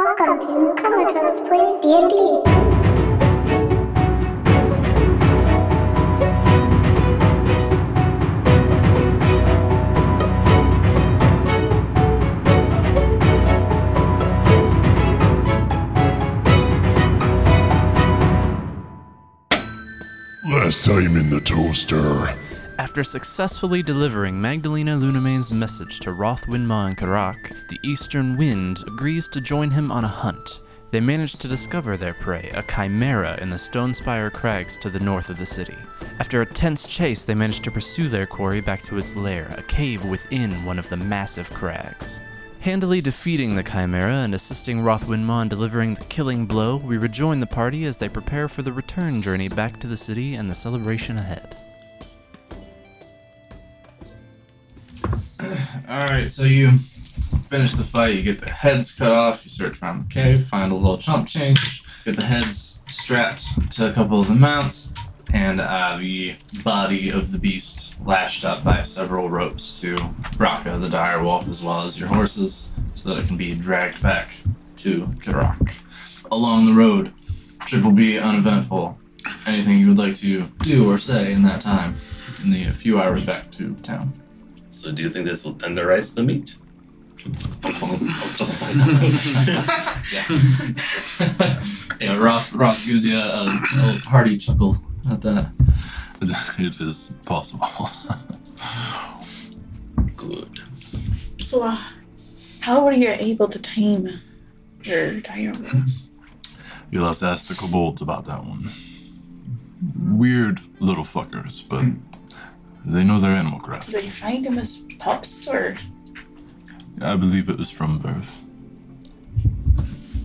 welcome to Newcomatons Plays D&D. Last time in the toaster. After successfully delivering Magdalena Lunamane's message to Rothwinma and Karak, the Eastern Wind agrees to join him on a hunt. They manage to discover their prey, a chimera in the Stonespire Crags to the north of the city. After a tense chase, they manage to pursue their quarry back to its lair, a cave within one of the massive crags. Handily defeating the Chimera and assisting Rothwinma in delivering the killing blow, we rejoin the party as they prepare for the return journey back to the city and the celebration ahead. All right, so you finish the fight. You get their heads cut off. You search around the cave, find a little chump change, get the heads strapped to a couple of the mounts, and uh, the body of the beast lashed up by several ropes to Braka the dire wolf, as well as your horses, so that it can be dragged back to Karak. Along the road, triple B uneventful. Anything you would like to do or say in that time, in the few hours back to town. So do you think this will tenderize the meat? yeah, Roth, Roth gives you a, a hearty chuckle at that. It is possible. Good. So, uh, how were you able to tame your dire wolves? You'll have to ask the kobolds about that one. Weird little fuckers, but they know their animal craft. Did you find them as pups or? I believe it was from birth.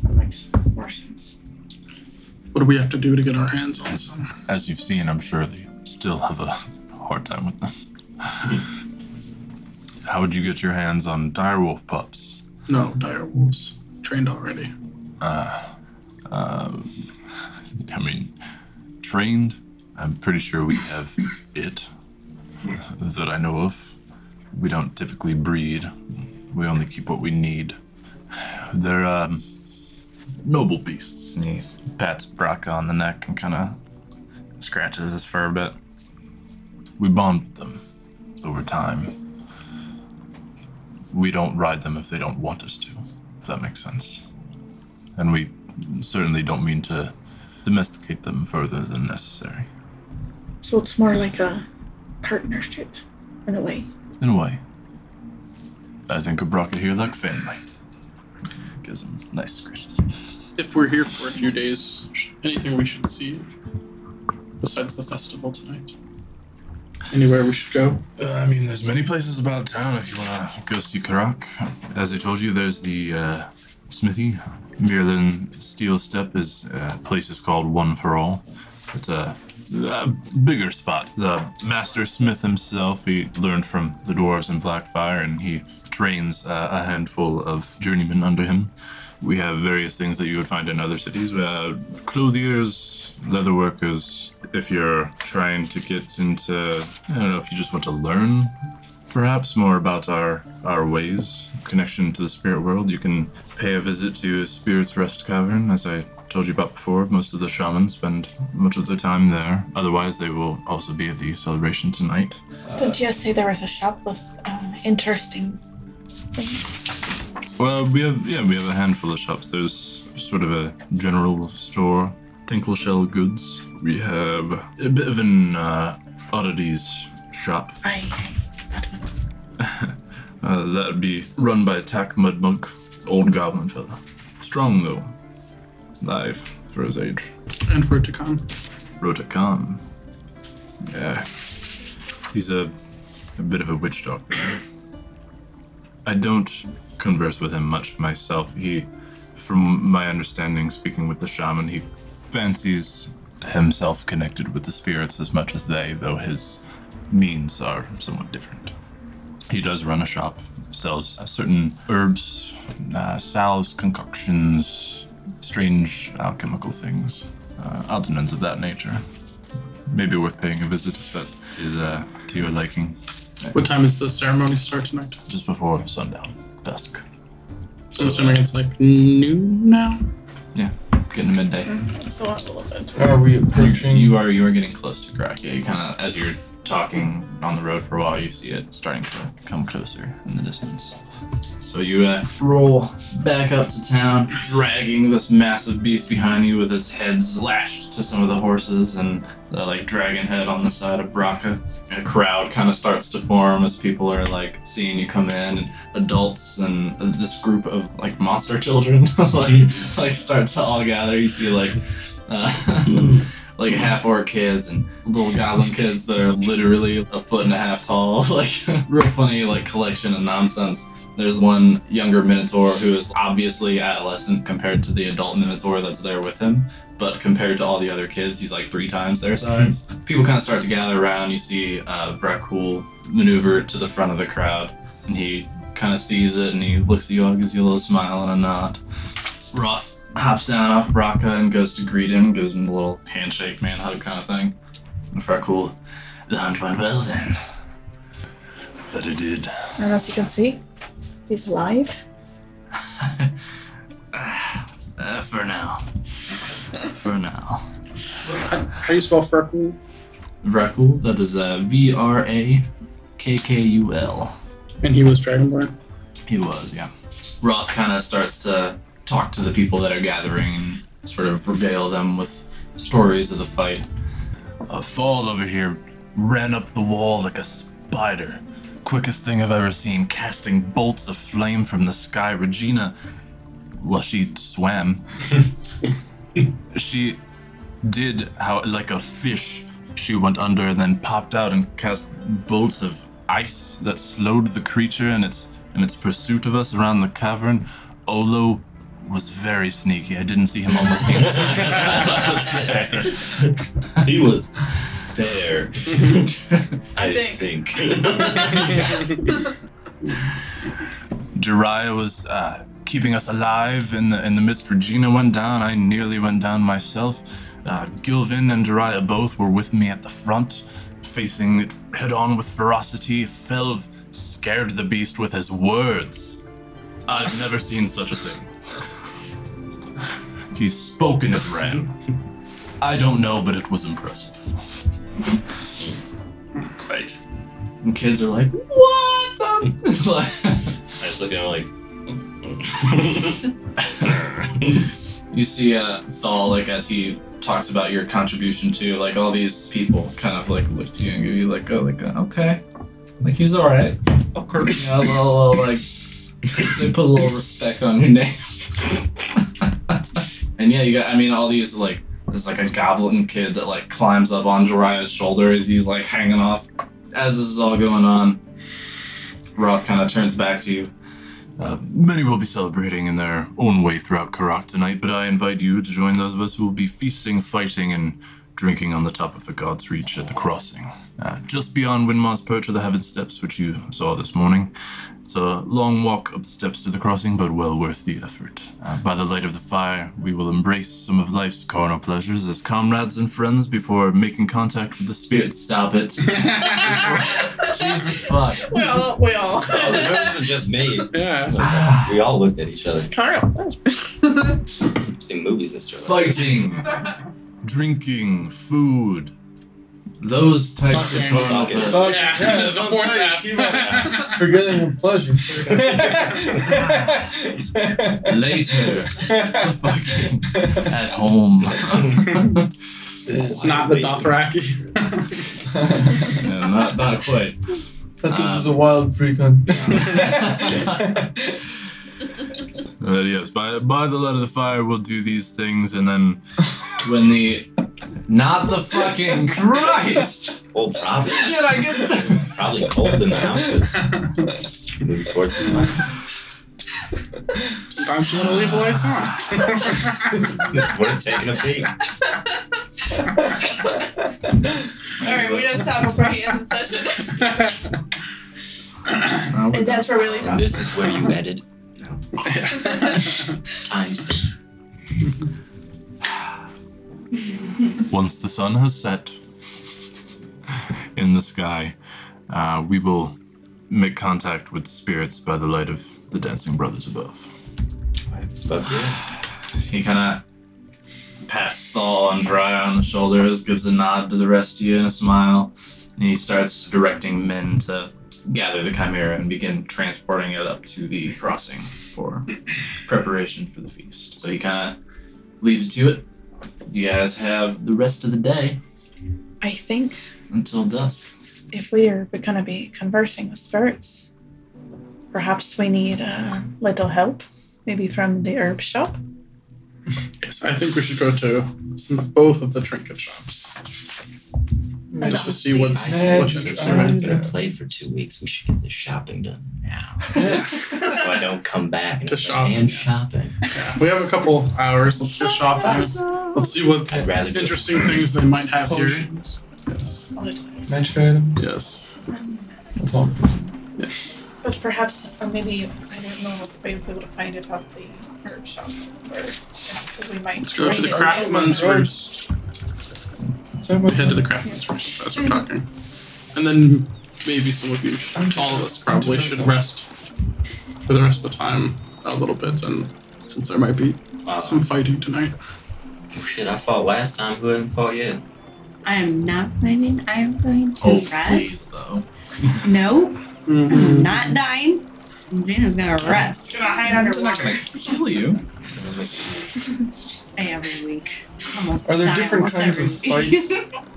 That makes more sense. What do we have to do to get our hands on some? As you've seen, I'm sure they still have a hard time with them. How would you get your hands on direwolf pups? No, dire wolves. Trained already. I mean, trained? I'm pretty sure we have it that I know of. We don't typically breed, we only keep what we need. They're um, noble beasts. And he pats Braca on the neck and kind of scratches his fur a bit. We bond with them over time. We don't ride them if they don't want us to, if that makes sense. And we certainly don't mean to domesticate them further than necessary. So it's more like a partnership, in a way. In a way. I think of Brock here like family. Gives him nice scratches. If we're here for a few days, sh- anything we should see besides the festival tonight? Anywhere we should go? Uh, I mean, there's many places about town if you want to go see Karak. As I told you, there's the uh, smithy. Mirlin Steel Step is uh, a place is called One for All. It's a, a bigger spot. The master smith himself, he learned from the dwarves in Blackfire, and he trains uh, a handful of journeymen under him. We have various things that you would find in other cities. Uh, clothiers, leather workers. If you're trying to get into, I don't know, if you just want to learn, perhaps more about our our ways, connection to the spirit world, you can pay a visit to Spirit's Rest Cavern, as I told you about before. Most of the shamans spend much of their time there. Otherwise, they will also be at the celebration tonight. Didn't you say there was a shop with uh, interesting? Well, we have yeah, we have a handful of shops. There's sort of a general store, Tinkle Shell Goods. We have a bit of an uh, oddities shop. I Uh, that would be run by Tack Mud Monk, old goblin fella. Strong though, live for his age. And for it to come? Rotakam. Yeah, he's a a bit of a witch doctor. I don't converse with him much myself. He, from my understanding, speaking with the shaman, he fancies himself connected with the spirits as much as they, though his means are somewhat different. He does run a shop, sells uh, certain herbs, uh, salves, concoctions, strange alchemical things, uh, odds of that nature. Maybe worth paying a visit if that is uh, to your liking. What time is the ceremony start tonight? Just before sundown, dusk. So I'm assuming it's like noon now? Yeah, getting to midday. So I have to look into it. Are we You, you are you are getting close to Grak. Yeah, you kind of as you're talking on the road for a while, you see it starting to come closer in the distance. So you uh, roll back up to town, dragging this massive beast behind you with its heads lashed to some of the horses and the like dragon head on the side of Braca. A crowd kind of starts to form as people are like seeing you come in, and adults and this group of like monster children like like start to all gather. You see like uh, like half orc kids and little goblin kids that are literally a foot and a half tall. Like real funny like collection of nonsense. There's one younger minotaur who is obviously adolescent compared to the adult minotaur that's there with him, but compared to all the other kids, he's like three times their size. People kind of start to gather around. You see uh, Vrakul maneuver to the front of the crowd, and he kind of sees it and he looks at you all, gives you a little smile and a nod. Roth hops down off Raka and goes to greet him, gives him a little handshake, man hug kind of thing. And Farcool, the hunt went well then. That it did. And as you can see, he's alive. Uh, for now. for now. How do you spell freckle? Vrakul, that is uh, V R A K K U L. And he was Dragonborn. He was, yeah. Roth kind of starts to talk to the people that are gathering and sort of regale them with stories of the fight. A fall over here ran up the wall like a spider. Quickest thing I've ever seen, casting bolts of flame from the sky. Regina, well, she swam. she did how, like a fish, she went under and then popped out and cast bolts of ice that slowed the creature in its in its pursuit of us around the cavern. Olo was very sneaky. I didn't see him almost the entire He was there. I think. think. Jiraiya was uh, keeping us alive in the in the midst. Regina went down. I nearly went down myself. Uh, Gilvin and Jiraiya both were with me at the front, facing it head on with ferocity. Felv scared the beast with his words. I've never seen such a thing. he spoke and it ran. I don't know, but it was impressive. right. And kids are like, what the? I just look at him like. You see uh, Thal, like, as he talks about your contribution to, like, all these people kind of, like, look to you and give you, like, oh, like, uh, okay. Like, he's alright. Of course. You know, a little, little, like, they put a little respect on your name. and yeah, you got, I mean, all these, like, there's, like, a goblin kid that, like, climbs up on Jiraiya's shoulder as he's, like, hanging off. As this is all going on, Roth kind of turns back to you. Uh, many will be celebrating in their own way throughout Karak tonight, but I invite you to join those of us who will be feasting, fighting, and drinking on the top of the God's Reach at the crossing, uh, just beyond Winmar's Perch are the Heaven Steps, which you saw this morning. It's a long walk up the steps to the crossing, but well worth the effort. Uh, by the light of the fire, we will embrace some of life's carnal pleasures as comrades and friends before making contact with the Dude, spirits. stop it. Jesus fuck. We all, we all. Oh, the nerves are just me. Yeah. We all looked at each other. Carl. Seen movies and stuff. Fighting. Drinking, food, Those types of Fucking carnal fucking- pleasures. Oh, Yeah, yeah, the fourth half. Forgetting the pleasure. Later. Fucking at home. It's not the Dothraki. no, not, not quite. That this is a wild free country. Uh, yes, by, by the light of the fire, we'll do these things, and then When the. Not the fucking Christ! Old probably. Did I get the. Probably cold in the houses. Moving towards the light. Sometimes you want to leave the lights on. It's worth taking a peek. Alright, we just have a pretty end the session. and that's where we leave off. This is where you edit. No. Times. Once the sun has set in the sky, uh, we will make contact with the spirits by the light of the dancing brothers above. But yeah, He kind of pats Thal and Dry on the shoulders, gives a nod to the rest of you and a smile, and he starts directing men to gather the chimera and begin transporting it up to the crossing for preparation for the feast. So he kind of leaves you to it. You guys have the rest of the day I think until dusk. if we are going to be conversing with spirits, perhaps we need a little help, maybe from the herb shop. Yes, I think we should go to some, both of the trinket shops. Just to see what's, what's Next interesting time. right I've there. been played for two weeks. We should get the shopping done now, so I don't come back and To it's shop. like, man shopping. We have a couple hours. Let's go shopping. Let's see what I'd rather go- interesting things they might have here. Potions, Yes. magic item. Yes. That's all. Yes. But perhaps, or maybe, I don't know if we'll be able to find it at the herb shop. Or we might Let's go to the trade it. craftsman's roost. So We head to the craftsman's roost as we're talking. And then maybe some of you, should- all of us probably should rest for the rest of the time a little bit. And since there might be some fighting tonight, Oh, shit, I fought last time. Who hasn't fought yet? I am not fighting. I am going to Oh, rest. please, though. No, Mm-hmm. I'm not dying. Dana's gonna rest. Gonna hide under I'm not going to kill you. Just say every week. Almost Are there die different almost kinds every of week. fights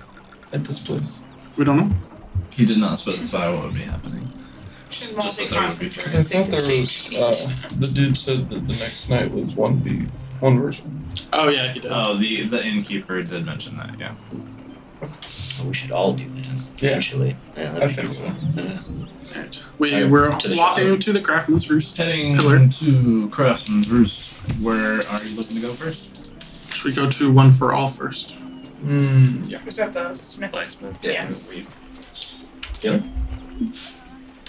at this place? we don't know. He did not specify what would be happening. She's Just that there would be Because I thought there was. Uh, the dude said that the next night was one v one versus one. Oh, yeah, he did. Oh, the the innkeeper did mention that. Yeah. Oh, we should all do that Yeah. eventually. Yeah, that'd I be think cool. so. Alright. We Alright, were to the shop. walking to the craftsman's roost. Heading Pillar. to Craftsman's Roost. Where are you looking to go first? Should we go to one for all first? Mm, yeah. Was that the Smith Yes.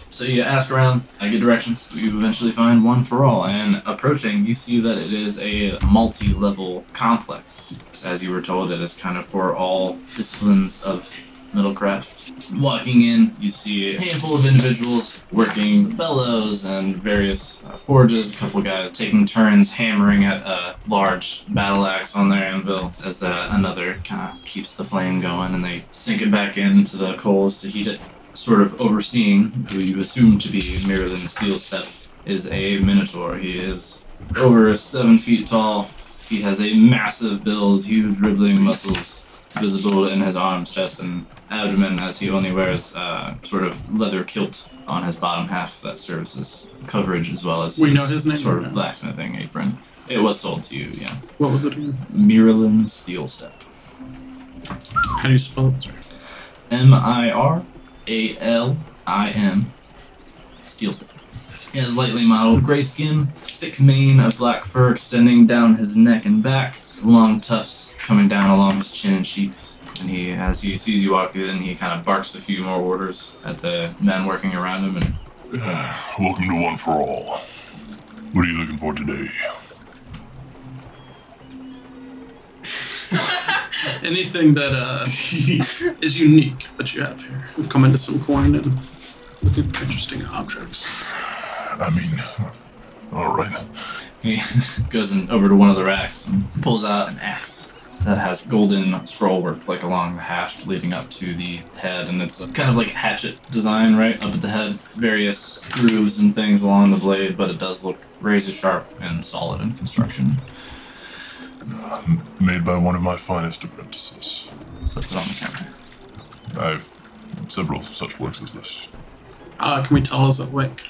So you ask around, I get directions. You eventually find one for all, and approaching, you see that it is a multi-level complex. As you were told, it is kind of for all disciplines of Middlecraft. Walking in, you see a handful of individuals working bellows and various uh, forges. A couple guys taking turns hammering at a large battle axe on their anvil as the, another kind of keeps the flame going and they sink it back into the coals to heat it sort of overseeing, who you assume to be Marilyn Steelstep, is a Minotaur. He is over seven feet tall. He has a massive build, huge rippling muscles visible in his arms, chest, and abdomen, as he only wears uh, sort of leather kilt on his bottom half that serves as coverage as well as We know hhis name sort now. of blacksmithing apron. It was told to you, yeah. What was it again? Miralyn Steelstep. How do you spell it? Sorry. M I R A L I N. Steel step. He has lightly mottled gray skin, thick mane of black fur extending down his neck and back, long tufts coming down along his chin and cheeks. And he, as he sees you walk in, he kind of barks a few more orders at the men working around him. And Welcome to One for All. What are you looking for today? Anything that uh, is unique that you have here. We've come into some coin and looking for interesting objects. I mean, all right. he goes in, over to one of the racks and pulls out an axe that has golden scrollwork like along the haft leading up to the head and it's a, kind of like a hatchet design right up at the head various grooves and things along the blade but it does look razor sharp and solid in construction Made by one of my finest apprentices. so that's it on the counter I've several such works as this. Uh, can we tell us it like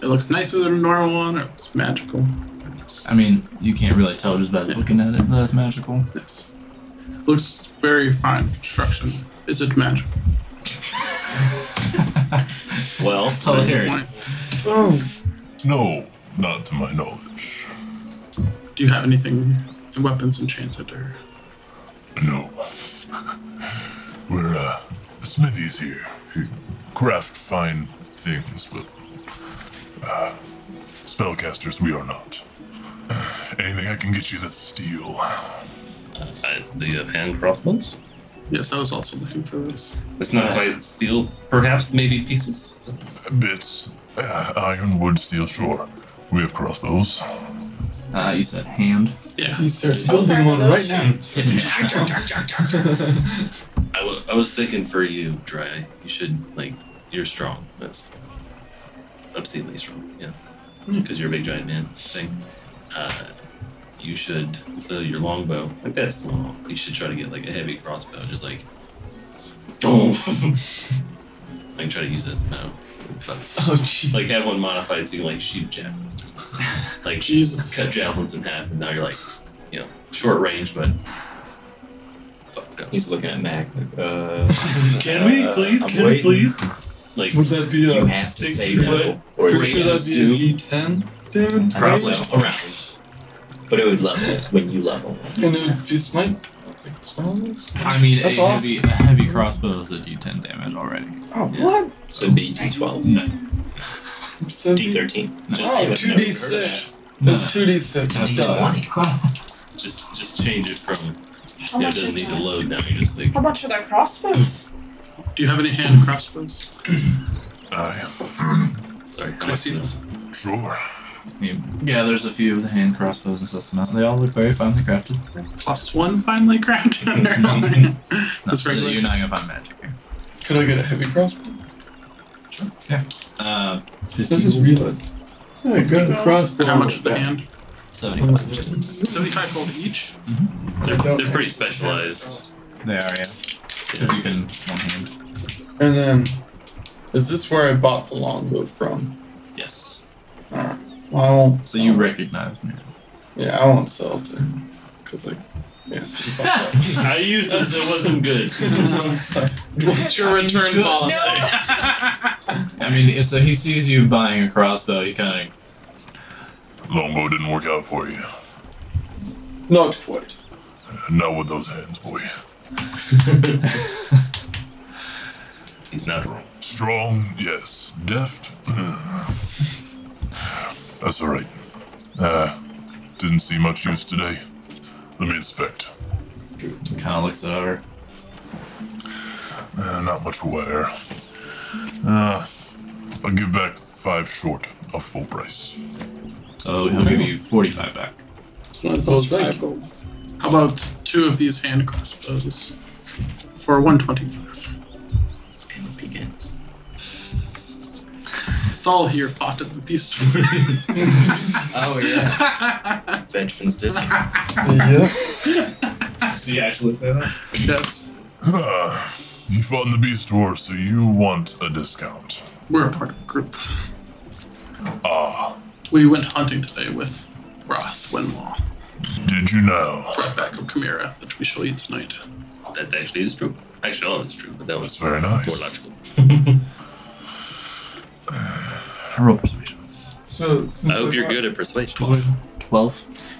it looks nicer than a normal one or it looks magical? i mean you can't really tell just by looking at it that it's magical Yes. Looks very fine construction. Is it magical? Well, hilarious Oh, No, not to my knowledge. Do you have anything in weapons enchanted or No. We're, uh, the smithies here. who Craft fine things, but, uh, spellcasters we are not. Anything I can get you that's steel. uh, do you have hand crossbows? Yes, I was also looking for this. It's Uh, not quite steel, perhaps, maybe pieces. Bits. Uh, iron, wood, steel, sure. We have crossbows. Uh, you said hand. Yeah. He starts building one right now. I, w- I was thinking for you, Dry. You should, like, you're strong. That's obscenely strong, yeah. Because you're a big giant man thing. Uh, you should, instead of your longbow, like, that's long. You should try to get, like, a heavy crossbow. Just, like, boom. I can try to use it as a bow. Oh, jeez. Like, have one modified so you can, like, shoot javelins. Like, Jesus. cut javelins in half, and now you're, like, you know, short range, but fucked up. He's looking at Mac. Like, uh, Can we, uh, please? I'm Can we, waiting. please? Like, Would that be a You have to say 60 no. foot? Or Pretty it's sure gonna that'd be a do. D10 damage. I don't right? know. Around. But it would level when you level. And if you smite, like, smiles? I mean, That's a awesome. heavy a heavy crossbow is a D10 damage already. Oh, Yeah. what? So it'd be D12. No, So D13. Just oh, even know 2d6. That's 2d6. That's Sorry. just just change it from. How yeah, it much doesn't is need to that? load now. You just like How much are their crossbows? Do you have any hand crossbows? I sorry. Can I see those? am sure. He gathers a few of the hand crossbows and sets them out. They all look very finely crafted. Plus one finely crafted underline. That's No, regular. You're not gonna find magic here. Could I get a heavy crossbow? Uh, I just 50, realized. I got a crossbow. And Oh how much for the hand? 75. Seventy-five gold each. They're, they're pretty specialized. They are, yeah. Because you can one hand. And then, is this where I bought the longbow from? Yes. Alright. Well, I won't. So you um, recognize me. Yeah, I won't sell it to him. Because, like, yeah. she bought that. I used this. It wasn't good. What's your return should- policy? I mean, so he sees you buying a crossbow. He kind of Longbow didn't work out for you. Not quite. Not with those hands, boy. He's not wrong. Strong, yes. Deft. ugh. That's all right. Uh, didn't see much use today. Let me inspect. kind of looks it over. Uh, not much wear. Uh, I'll give back five short of full price. So he'll give you 45 back. One Well, plus thank five gold. How about two of these hand crossbows for one twenty-five? And it begins. Thal here fought at the beast. Oh yeah. Veterans discount. Yeah. Does he actually say that? yes, Ah, you fought in the Beast War, so you want a discount. we're a part of a group. Ah, We went hunting today with Roth Winlaw, did you know? brought back of Chimera, that we shall eat tonight. That actually is true. Actually, all of it's true, but that That's was very more nice. logical. Roll persuasion. So, since I hope you're bought- good at persuasion. 12.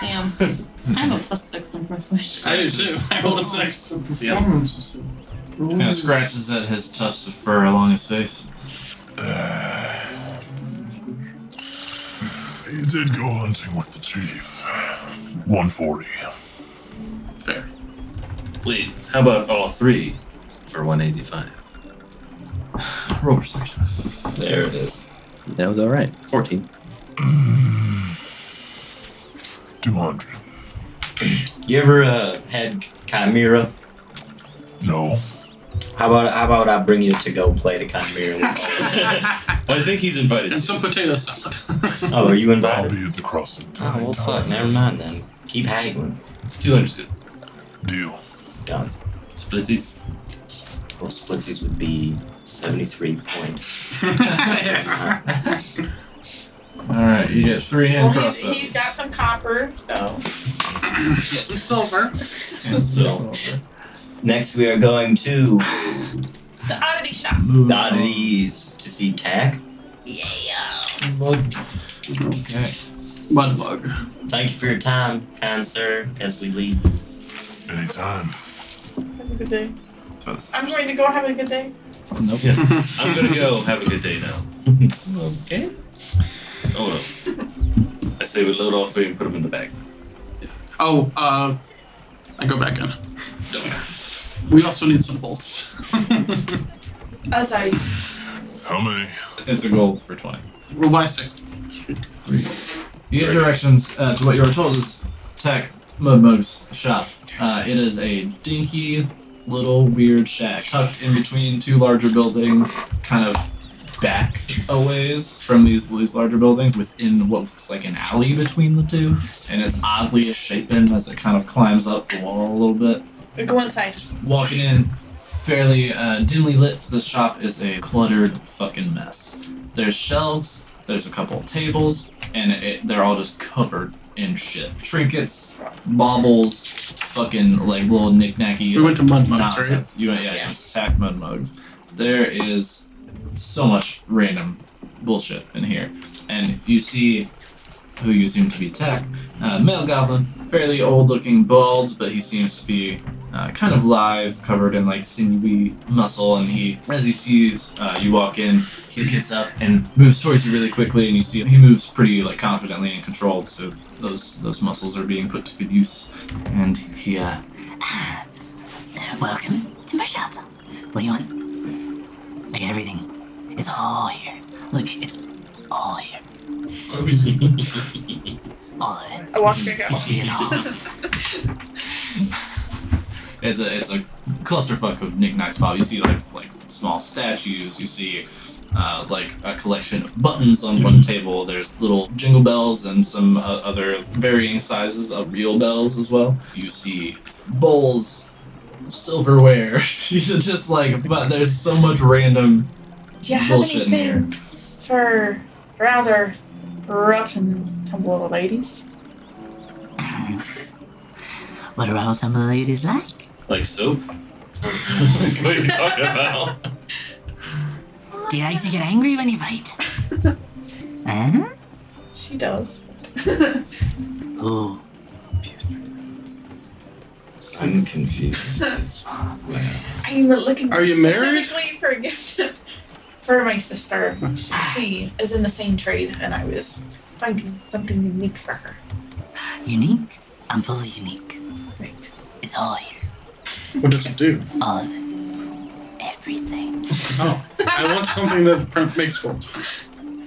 Damn. I have a plus six in persuasion. I do too. I rolled a six. The performance is so. Kind of scratches at his tufts of fur along his face. You did go hunting with the chief. 140. Fair. Wait, how about all three for 185? Roll persuasion. There it is. That was all right. 14. 200. You ever uh, had Chimera? No. How about how about I bring you to go play the Chimera? with I think he's invited. And some potato salad. all- oh, are you I'll invited? be at the crossing Oh tonight. well, fuck. Never mind then. Keep haggling. 200's good. Deal. Done. Splitsies. Well, splitsies would be seventy-three point. Alright, you get three hand Well, he's, crossbows. he's got some copper, so Some silver. And so- Next, we are going to the oddity shop. the oddities to see Tack. Yeah. Okay. Mud bug. Thank you for your time, kind sir. As we leave. Anytime. Have a good day. That's- I'm going to go have a good day. Nope. I'm gonna go. Have a good day now. Okay. Oh well. I say we load all three and put them in the bag. Oh, uh, I go back in. We also need some bolts. As I How many? It's a gold for 20. We'll buy six. You get directions uh, to what you were told is Tech Mudmug's shop. Uh, it is a dinky little weird shack tucked in between two larger buildings, kind of back a ways from these these larger buildings within what looks like an alley between the two. And it's oddly shapen as it kind of climbs up the wall a little bit. We Uh, go inside. Walking in, fairly uh, dimly lit, the shop is a cluttered fucking mess. There's shelves, there's a couple of tables, and it, they're all just covered in shit. Trinkets, baubles, fucking like little knickknacky. We went to Mud Mugs, right? nonsense. You went, yeah, you just attacked Mud Mugs. There is so much random bullshit in here. And you see who you seem to be attacked. Uh, male goblin, fairly old looking, bald, but he seems to be uh, kind of live, covered in like sinewy muscle. And he, as he sees uh, you walk in, he gets up and moves towards you really quickly. And you see he moves pretty like confidently and controlled. So those those muscles are being put to good use. And he, uh, Welcome to my shop. What do you want? I got everything. It's all here. Look, it's all here. all of it. I walk back You see it all. It's a it's a clusterfuck of knickknacks, Bob. You see like like small statues. You see uh, like a collection of buttons on one table. There's little jingle bells and some uh, other varying sizes of real bells as well. You see bowls, silverware. you should just like, but there's so much random Do you have bullshit in here. anything for rather rough and tumble little ladies? What are all some of the ladies like? Like soap? what are you talking about? Do you like to get angry when you fight? huh? She does. Oh, I'm confused. I'm looking Are you married? specifically for a gift for my sister. She is in the same trade, and I was finding something unique for her. unique? I'm fully unique. Right. It's all here. What does it do? All of it. Everything Oh, I want something that print makes gold.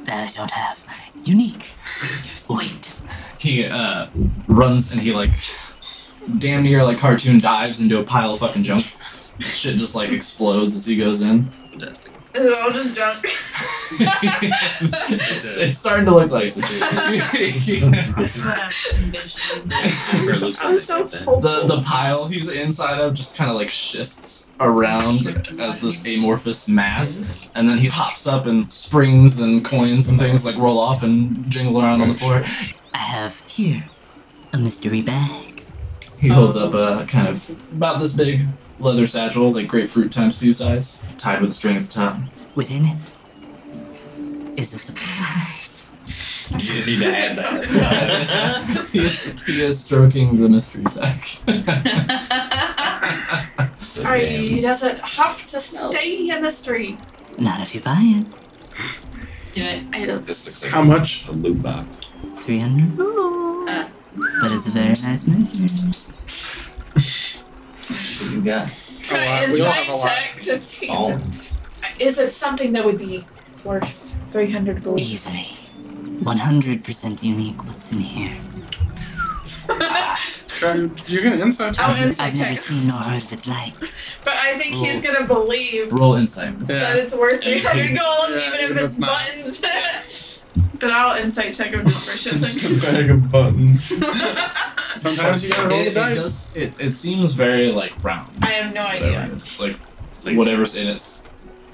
that I don't have. Unique. Wait. He uh, runs and he like damn near like cartoon dives into a pile of fucking junk. Shit just like explodes as he goes in. Fantastic. It's all just junk. it's, it's starting to look like the Amber looks like I'm they so got that. the pile he's inside of just kind of like shifts around as this amorphous mass, and then he pops up and springs and coins and things like roll off and jingle around on the floor. I have here a mystery bag. He holds up a kind of Um, about this big leather satchel, like grapefruit times two size, tied with a string at the top. Within it is a surprise. you need to add that. he, is, he is stroking the mystery sack. So Sorry, damn. does it have to stay a mystery? Not if you buy it. Do it. I don't. This looks like How much? a loot box. 300. Uh. But it's a very nice mystery. What you got? lot. We all have a lot. to see. All. Is it something that would be worth 300 gold? Easily. 100% unique what's in here. Try- You're gonna inside check. I'll I've insight never check. seen nor heard of its like. But I think he's gonna believe Roll insight. that Yeah. it's worth 300 gold, Yeah, even even if if it's it's not. buttons. but I'll insight check him just for shits Just and a bag of buttons. giggles. Sometimes you gotta roll It, the it dice. does. It, it seems very like round. I have no Whatever idea. it is. It's like, it's like whatever's in it's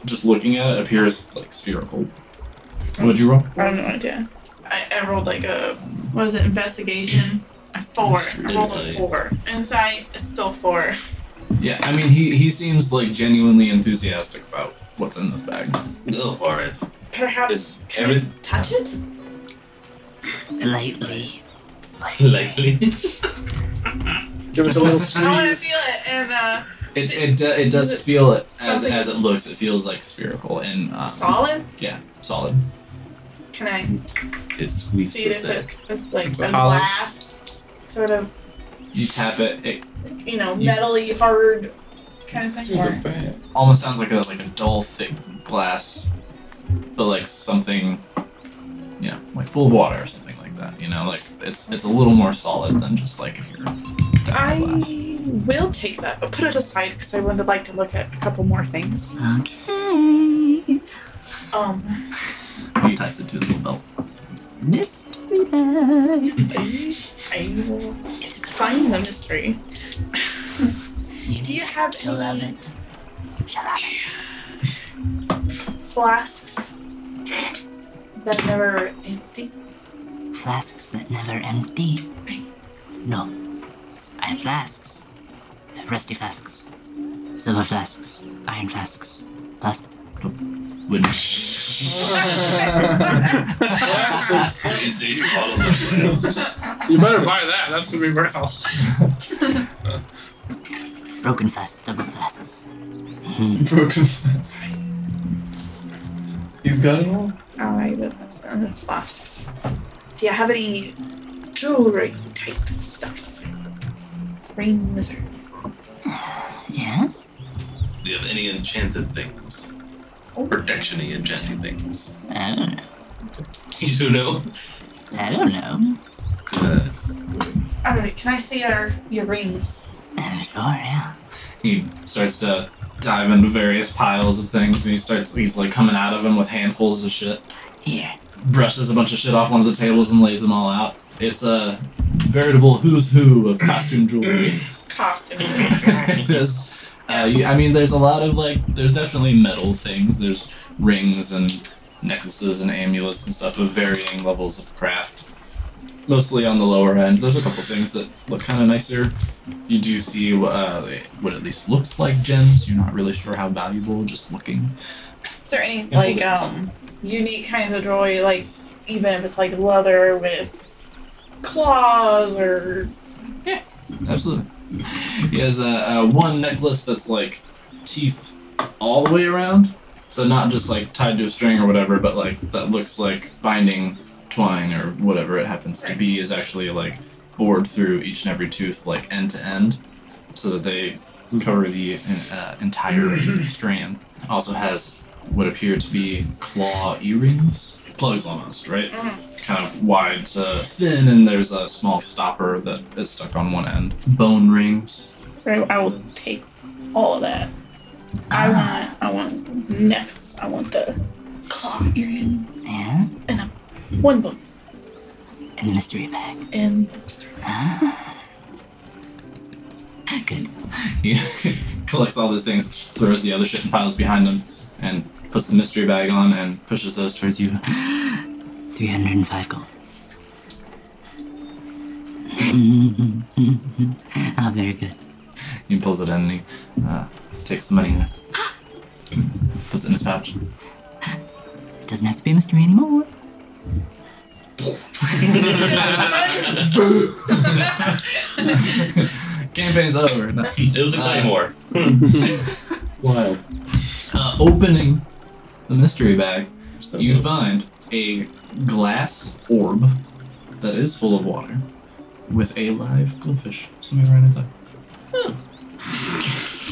just looking at it appears like spherical. What'd you roll? I have no idea. Um, I, I rolled like a, what is it, investigation? A four. I rolled a Insight. four. Insight is still four. Yeah, I mean he he seems like genuinely enthusiastic about what's in this bag. Go for it. Perhaps Is everything touch it? Lightly. likely? Give it a little I want to squeeze. feel it and uh, It it, do, it does feel it as Something- as it looks. It feels like spherical and um, solid. Yeah, solid. Can I It squeezes see the if it sack. is like It's a a hollow. glass sort of, You tap it, it you know, You- metally hard kind of It's thing? with Or a bag. almost sounds like a like a dull thick glass, but like something, yeah, like full of water or something like that. that. You know, like it's it's a little more solid than just like if you're I will take that, but put it aside because I would like to look at a couple more things. Okay. Um, he ties it to his little belt. mystery bag. I will find the mystery. Do you have She'll any love it. She'll love it. flasks that never empty? Flasks that never empty. No. I have flasks. I have Rusty flasks. Silver flasks. Iron flasks. Plastic. Wooden. You better buy that. That's gonna be worth all. Broken flasks. Double flasks. Broken flask. He's got it all. oh, I will have some flasks. Do you have any jewelry type stuff? Green lizard. Yes? Do you have any enchanted things? Protection-y enchanting things. I don't know. You don't know? I don't know. Uh, All right, can I see your your rings? Sure, yeah. he starts to dive into various piles of things and he starts he's like coming out of them with handfuls of shit Here. brushes a bunch of shit off one of the tables and lays them all out it's a veritable who's who of costume jewelry Costume. there's uh, you, i mean there's a lot of like there's definitely metal things there's rings and necklaces and amulets and stuff of varying levels of craft mostly on the lower end there's a couple things that look kind of nicer you do see uh, what at least looks like gems you're not really sure how valuable just looking Is there any Yeah, like hold it. um unique kinds of jewelry, like even if it's like leather with claws or Absolutely. He has a, a one necklace that's like teeth all the way around, so not just like tied to a string or whatever, but like that looks like binding twine or whatever it happens to be is actually like bored through each and every tooth like end to end, so that they cover the uh, entire strand. Also has what appear to be claw earrings, plugs almost, right? kind of wide to thin, and there's a small stopper that is stuck on one end. Bone rings. Right, I will take all of that. I Ah. want I want necklace. I want the claw earrings. Yeah? One book And the mystery bag. and Good. He collects all those things, throws the other shit in piles behind him, and puts the mystery bag on and pushes those towards you. 305 gold. Ah, very good. He pulls it in and he uh, takes the money, puts it in his pouch. Doesn't have to be a mystery anymore. Campaign's over. Uh, It wasn't anymore. Wild. Uh, opening the mystery bag, you find a glass orb that is full of water with a live goldfish swimming right inside.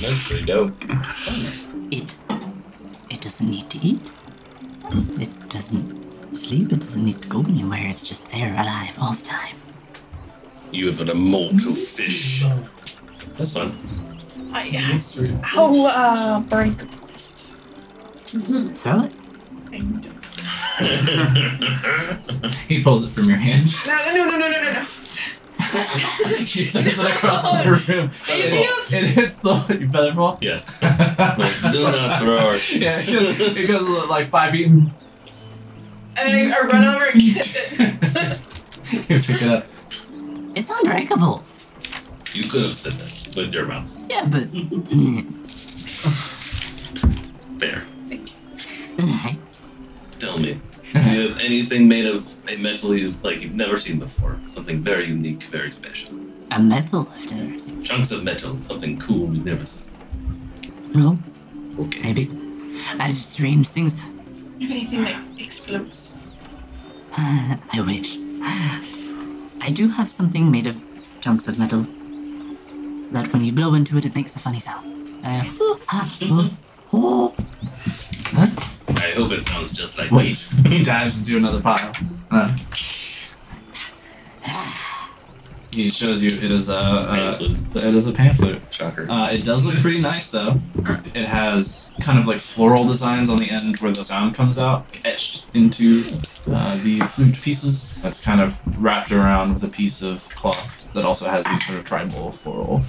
That's pretty dope. It. It doesn't need to eat. It doesn't sleep. It doesn't need to go anywhere. It's just there, alive, all the time. You have an immortal fish. That's fun. I I'll uh break a breast. Throw it. And- He pulls it from your hand. No no no no no no no. he throws it across the room. It hits the you feather fall. Yeah. yeah, Do not throw our it goes, it goes like five feet. and And I, I run over and catch it. You pick it up. It's unbreakable. You could have said that with your mouth. Yeah, but. Fair. Alright. Tell me. Do you have anything made of a metal you've like you've never seen before? Something very unique, very special. a metal I've never seen. Chunks of metal, something cool you've never seen. No. Okay. Maybe. I've strange things. You have anything that explodes? I wish. I do have something made of chunks of metal. That when you blow into it, it makes a funny sound. Uh, ah, oh, oh. I hope it sounds just like Wait. He dives into another pile. Uh, He shows you it is a, a it is a pan flute. Shocker. Uh, it does look pretty nice though. It has kind of like floral designs on the end where the sound comes out, etched into uh, the flute pieces. That's kind of wrapped around with a piece of cloth that also has these sort of tribal floral.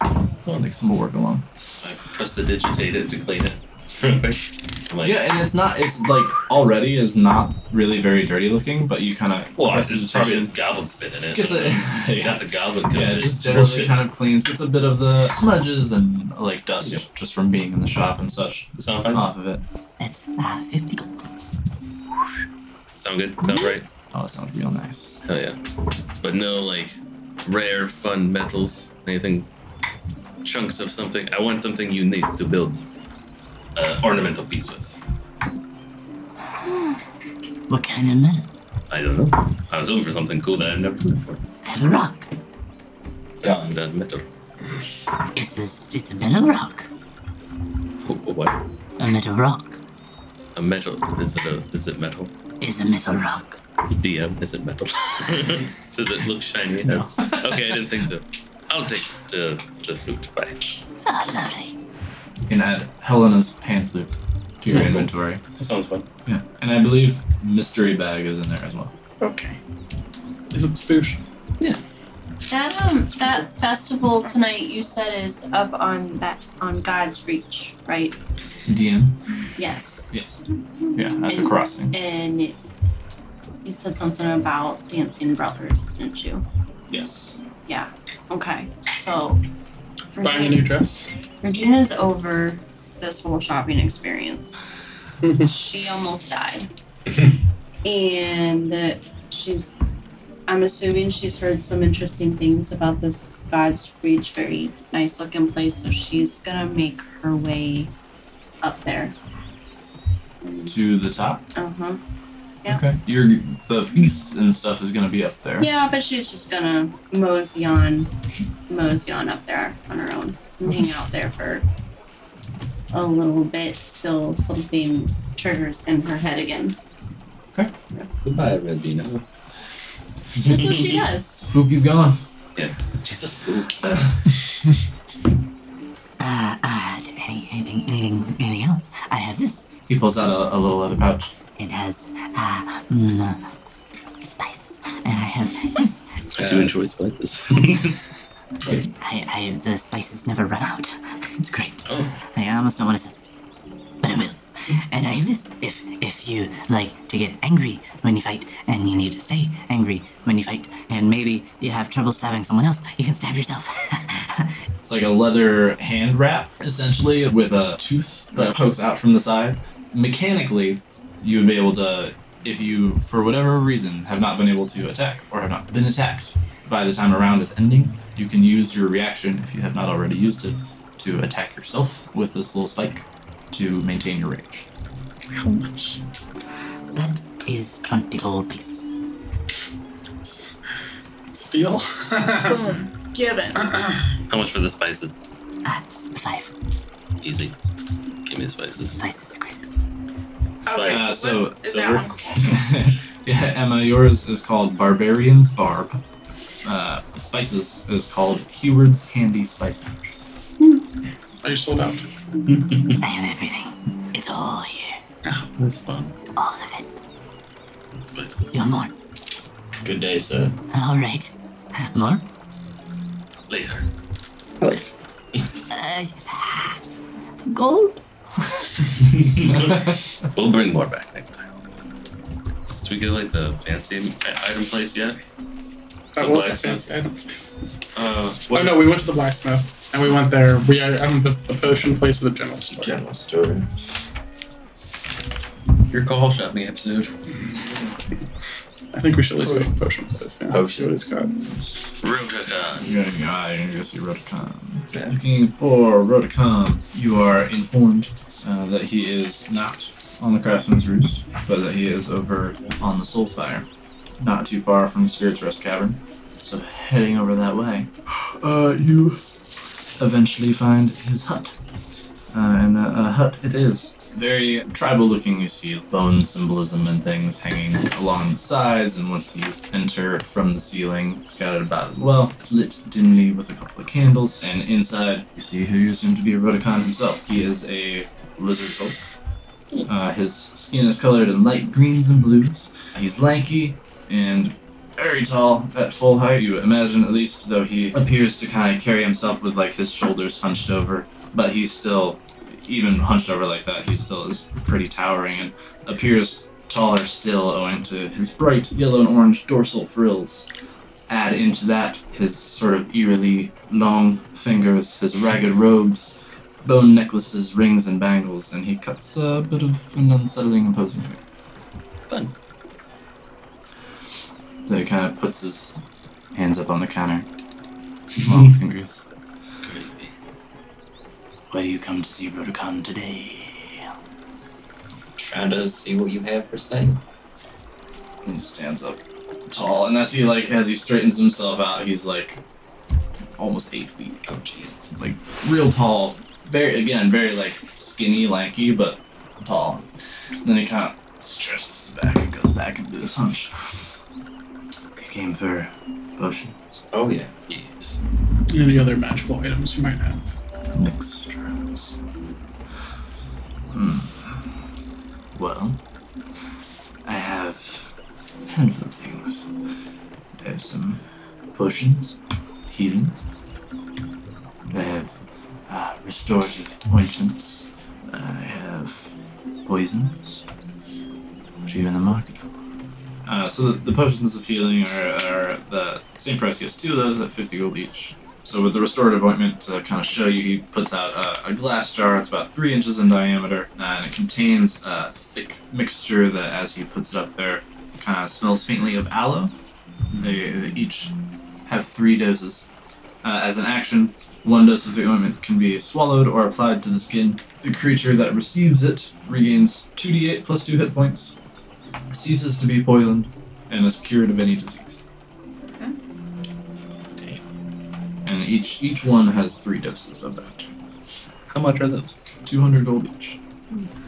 uh, Like some work along. I press the digitate it to clean it. I'm like, yeah, and it's not. It's like already is not really very dirty looking, but you kind of Well, there's probably a goblin spit in it. Gets a- Got the goblin. Yeah, coming. it just generally Bullshit. kind of cleans, gets a bit of the smudges and like dust just from being in the shop and such off of it. That's uh, 50 gold. Sound good? Sound right? Oh, it sounds real nice. Hell yeah. But no, like, rare, fun metals, anything, chunks of something. I want something unique to build uh, ornamental piece with. What kind of metal? I don't know. I was looking for something cool that I've never seen before. I have a rock. That's that metal. This is it's a metal rock. A what? A metal rock A metal. Is it a? Is it metal? is a metal rock. DM, is it metal? Does it look shiny? No. okay, I didn't think so. I'll take the the fruit. Bye. Ah, lovely. You can add Helena's pan flute to your Yeah. inventory. That sounds fun. Yeah, and I believe mystery bag is in there as well. Okay. Is it spoosh? That um that festival tonight you said is up on that on God's Reach, right? DM. Yes. Yes. Yeah, at the And- crossing. And you said something about dancing brothers, didn't you? Yes. Yeah. Okay. So Buying a new dress. Regina's over this whole shopping experience. she almost died. and she's, I'm assuming she's heard some interesting things about this God's Reach, very nice looking place. So she's gonna make her way up there. To the top. Uh huh. Okay. Your the feast and stuff is gonna be up there. Yeah, but she's just gonna mosey on, mosey on up there on her own and hang out there for a little bit till something triggers in her head again. Goodbye, Redbina. That's what she does. Spooky's gone. Yeah. She's a spooky. Uh, uh, any, anything, anything, anything else? I have this. He pulls out a, a little leather pouch. It has uh, mm, uh, spices, and I have this. I do enjoy spices. I, I, the spices never run out. It's great. Oh. I almost don't want to say, it, but I will. And I have this. If if you like to get angry when you fight, and you need to stay angry when you fight, and maybe you have trouble stabbing someone else, you can stab yourself. It's like a leather hand wrap, essentially, with a tooth that pokes out from the side. Mechanically, you would be able to, if you, for whatever reason, have not been able to attack or have not been attacked by the time a round is ending, you can use your reaction, if you have not already used it, to attack yourself with this little spike to maintain your range. How much? That is twenty gold pieces. Steal. Boom. Given. How much for the spices? Uh, Five. Easy. Give me the spices. Spices are great. Okay, Uh, so, what so- is so that one we're- called? yeah, Emma, yours is called Barbarian's Barb. Uh, spices is called Heward's Handy Spice Pouch. Are you sold out? I have everything. It's all here. That's fun. All of it. Spices. You want more? Good day, sir. All right. More? Later. Uh, gold? We'll bring more back next time. Did we get like the fancy i- item place yet? That The was the blacksmith? fancy item. Uh, what- Oh no, we went to the blacksmith and we went there. We I don't know if that's the potion place or the general store. General store. Your call shot me episode. I think we should at least go to the potion place. Yeah. Potion. See what it's got. Rukagon. You're gonna go, ah, you're gonna go see Roticon. Looking for Roticon, you are informed uh, that he is not on the Craftsman's Roost, but that he is over on the Soulspire, not too far from the Spirit's Rest Cavern. So heading over that way, uh, you eventually find his hut. uh, and a, a hut it is. It's very tribal looking. You see bone symbolism and things hanging along the sides, and once you enter from the ceiling, it's got it about well. It's lit dimly with a couple of candles, and inside you see who you assume to be Rodokan himself. He is a lizard folk. Uh, his skin is colored in light greens and blues. He's lanky and very tall at full height, you would imagine at least, though he appears to kind of carry himself with like his shoulders hunched over. But he's still, even hunched over like that, he still is pretty towering and appears taller still owing to his bright yellow and orange dorsal frills. Add into that his sort of eerily long fingers, his ragged robes, bone necklaces, rings, and bangles, and he cuts a bit of an unsettling imposing figure. Fun. So he kind of puts his hands up on the counter. Long fingers. Why do you come to see Rodokan today? Trying to see what you have for sale. He stands up tall, and as he like as he straightens himself out, he's like almost eight feet. Oh jeez. Like real tall. Very again, very like skinny, lanky, but tall. And then he kinda stretches his back and goes back into his hunch. You came for potions. Oh yeah. Yes. Any other magical items you might have? Mixtures. Hmm. Well, I have a handful of things. I have some potions, healing. I have uh, restorative ointments. I have poisons. What are you in the market for? Uh, so the, the potions of healing are, are the same price. He has two of those at 50 gold each. So with the restorative ointment to kind of show you, he puts out a, a glass jar. It's about three inches in diameter, uh, and it contains a thick mixture that, as he puts it up there, kind of smells faintly of aloe. They, they each have three doses. Uh, as an action, one dose of the ointment can be swallowed or applied to the skin. The creature that receives it regains 2d8 plus 2 hit points, ceases to be poisoned, and is cured of any disease. And each each one has three doses of that. How much are those? 200 gold each.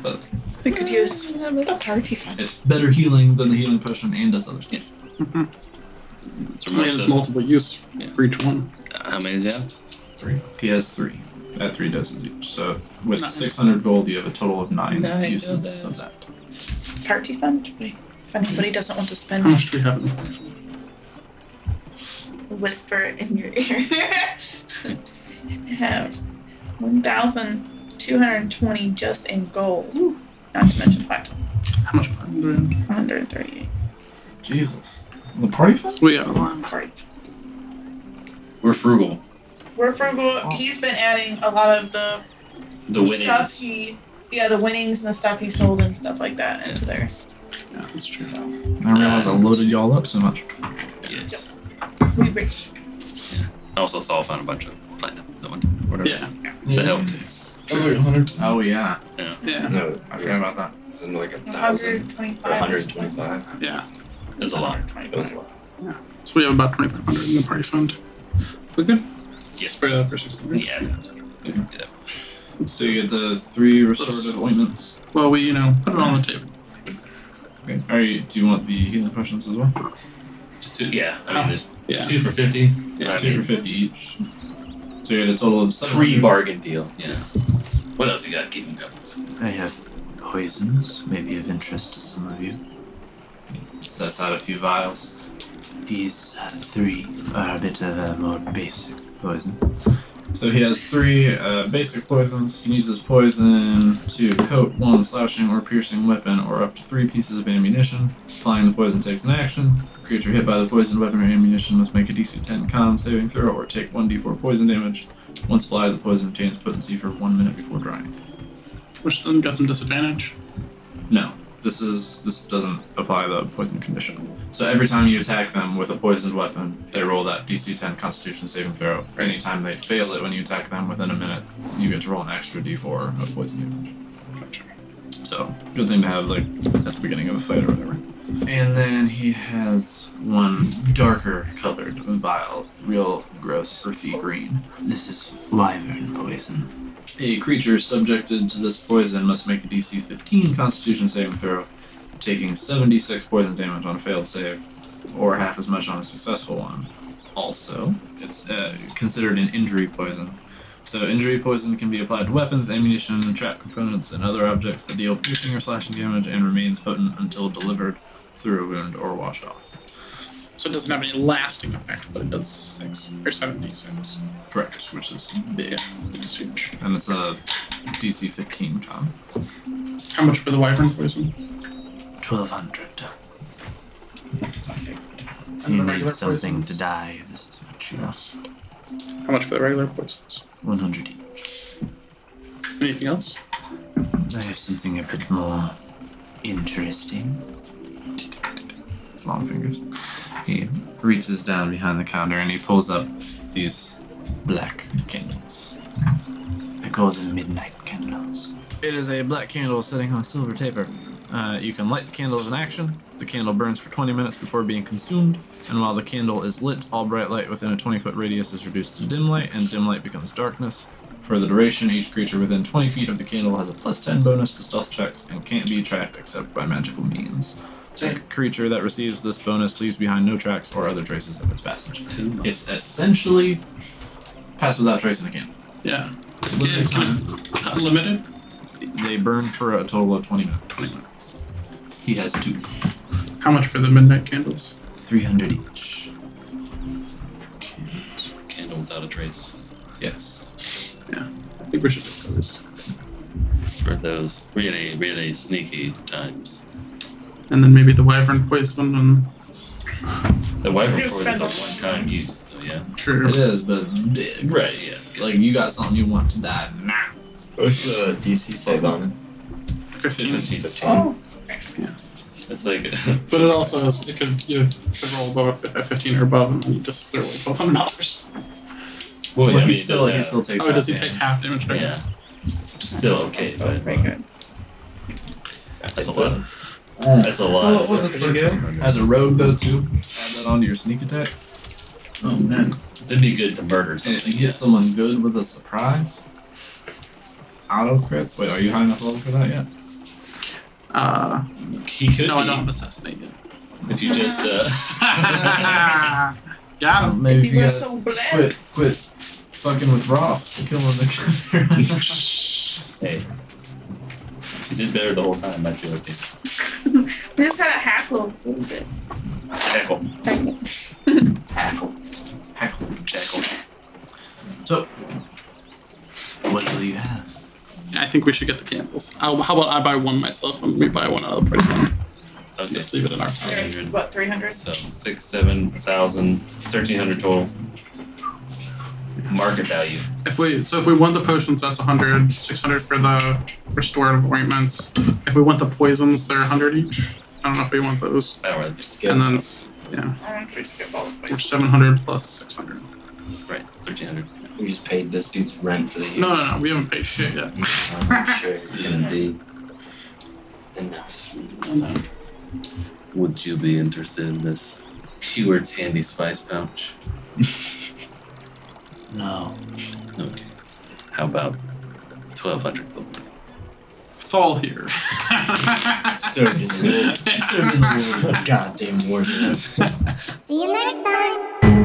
But We could Uh, use the charity fund. it's better healing than the healing potion and does other stuff. So Yeah, there's multiple use for each one. uh, How many does he have? Three. He has three. At three doses each. So with 600 gold, you have a total of nine, Nine uses doses. of that. Charity fund? If Mm. anybody doesn't want to spend, How much do we have? in- whisper in your ear. I have 1,220 just in gold. Not to mention five. How much? platinum do we have? 138. Jesus. The party fund? We have. Sorry. We're frugal. We're frugal. Oh. He's been adding a lot of the The winnings. stuff he, yeah, the winnings and the stuff he sold and stuff like that into there. Yeah, that's true. I realize I loaded y'all up so much. Yes. We rich. And also, Thal found a bunch of platinum. That one. Whatever. Yeah. That helped. That was like 100. Oh, yeah. Yeah. Yeah. No, I forgot about that. wasn't like a thousand or 125. 125. Yeah. There's a lot. It was a lot. So we have about 2,500 in the party fund. We're good. Yeah. Spread out for 600. Yeah. That's okay. We can do that. So you get the three restorative ointments. Well, we, you know, put it on the table. Okay. Are you, do you want the healing potions as well? Just two. Yeah. I Oh, mean, there's Yeah. two for fifty. Yeah, I Two mean, for 50 each. So you get a total of seven. Free bargain deal. Yeah. What else you got? Keep him coming. I have poisons, maybe of interest to some of you. Sets out a few vials. These uh, three are a bit of a more basic poison. So he has three uh, basic poisons. He can use his poison to coat one slashing or piercing weapon or up to three pieces of ammunition. Applying the poison takes an action. The creature hit by the poison weapon or ammunition must make a DC 10 con saving throw or take 1d4 poison damage. Once applied, the poison retains potency for one minute before drying. Which then got them disadvantage. No, this is this doesn't apply the poison condition. So every time you attack them with a poisoned weapon, they roll that DC 10 Constitution saving throw. Anytime they fail it when you attack them within a minute, you get to roll an extra D4 of poison damage. So good thing to have like at the beginning of a fight or whatever. And then he has one darker colored vial, real gross earthy green. This is wyvern poison. A creature subjected to this poison must make a DC 15 Constitution saving throw, taking 76 poison damage on a failed save, or half as much on a successful one. Also, it's uh, considered an injury poison. So, injury poison can be applied to weapons, ammunition, trap components, and other objects that deal piercing or slashing damage and remains potent until delivered through a wound or washed off. So it doesn't have any lasting effect, but it does six or seven d six. Correct, which is big. It's huge. And it's a DC 15 con. How much for the wyvern poison? 1200. If you And the need regular something poisons? to die, this is what you yes. How much for the regular poisons? 100 each. Anything else? I have something a bit more interesting. His long fingers. He reaches down behind the counter and he pulls up these black candles. I call them midnight candles. It is a black candle sitting on silver taper. Uh, you can light the candle in action. The candle burns for 20 minutes before being consumed, and while the candle is lit, all bright light within a 20 foot radius is reduced to dim light, and dim light becomes darkness. For the duration, each creature within 20 feet of the candle has a plus 10 bonus to stealth checks and can't be tracked except by magical means. A creature that receives this bonus leaves behind no tracks or other traces of its passage. It's essentially pass without trace in a candle. Yeah. Limited time. Limited? They burn for a total of 20 minutes. 20 minutes. He has two. How much for the midnight candles? 300 each. Candle without a trace. Yes. Yeah. I think we should just go this. For those really, really sneaky times. And then maybe the wyvern poison and The wyvern You poison spend is a one-time use, so yeah. True. It is, but it's big. Right, yeah. it's good. Like, you got something you want to die now. What's the DC save on it? 15. 15. 15. Oh, It's like But it also has it could you could roll above a fi- a fifteen or above and then you just throw away twelve hundred dollars. Well, Well, yeah, I he mean, still- he uh, still takes Oh, does he half take half damage? Okay. Yeah. Still okay, but very good. that's a lot. That's a lot. As a rogue, though, too, add that onto your sneak attack. Oh man. It'd be good to murder And if something. you get someone good with a surprise, auto crits. Wait, are you high enough level for that yet? Uh He could no, I be, don't have assassinate yet. if you just uh, Got him. Maybe if You you were guys so blessed. quit, quit fucking with Roth to kill him. the- hey. She did better the whole time, I feel like it's We just had to hackle a little bit. heckle. Hackle. Hackle. Heckle. Jackal. So, What will you have? I think we should get the candles. I'll, how about I buy one myself and we buy one other person? Okay. Just leave it in our time. They're, What, 300? So six, seven thousand, thirteen hundred total. Market value. If we so if we want the potions, that's 100, 600 for the restorative ointments. If we want the poisons, they're 100 each. I don't know if we want those. I don't know. Skip. And then it's yeah, I don't actually skip all the we're places. 700 plus 600. right, thirteen hundred. We just paid this dude's rent for the year. No, no, no, we haven't paid shit yet. I'm sure it's gonna be enough. Would you be interested in this Heward's handy spice pouch? No. Okay. How about twelve hundred gold? Thal here. Served in the world. Goddamn worth it. See you next time.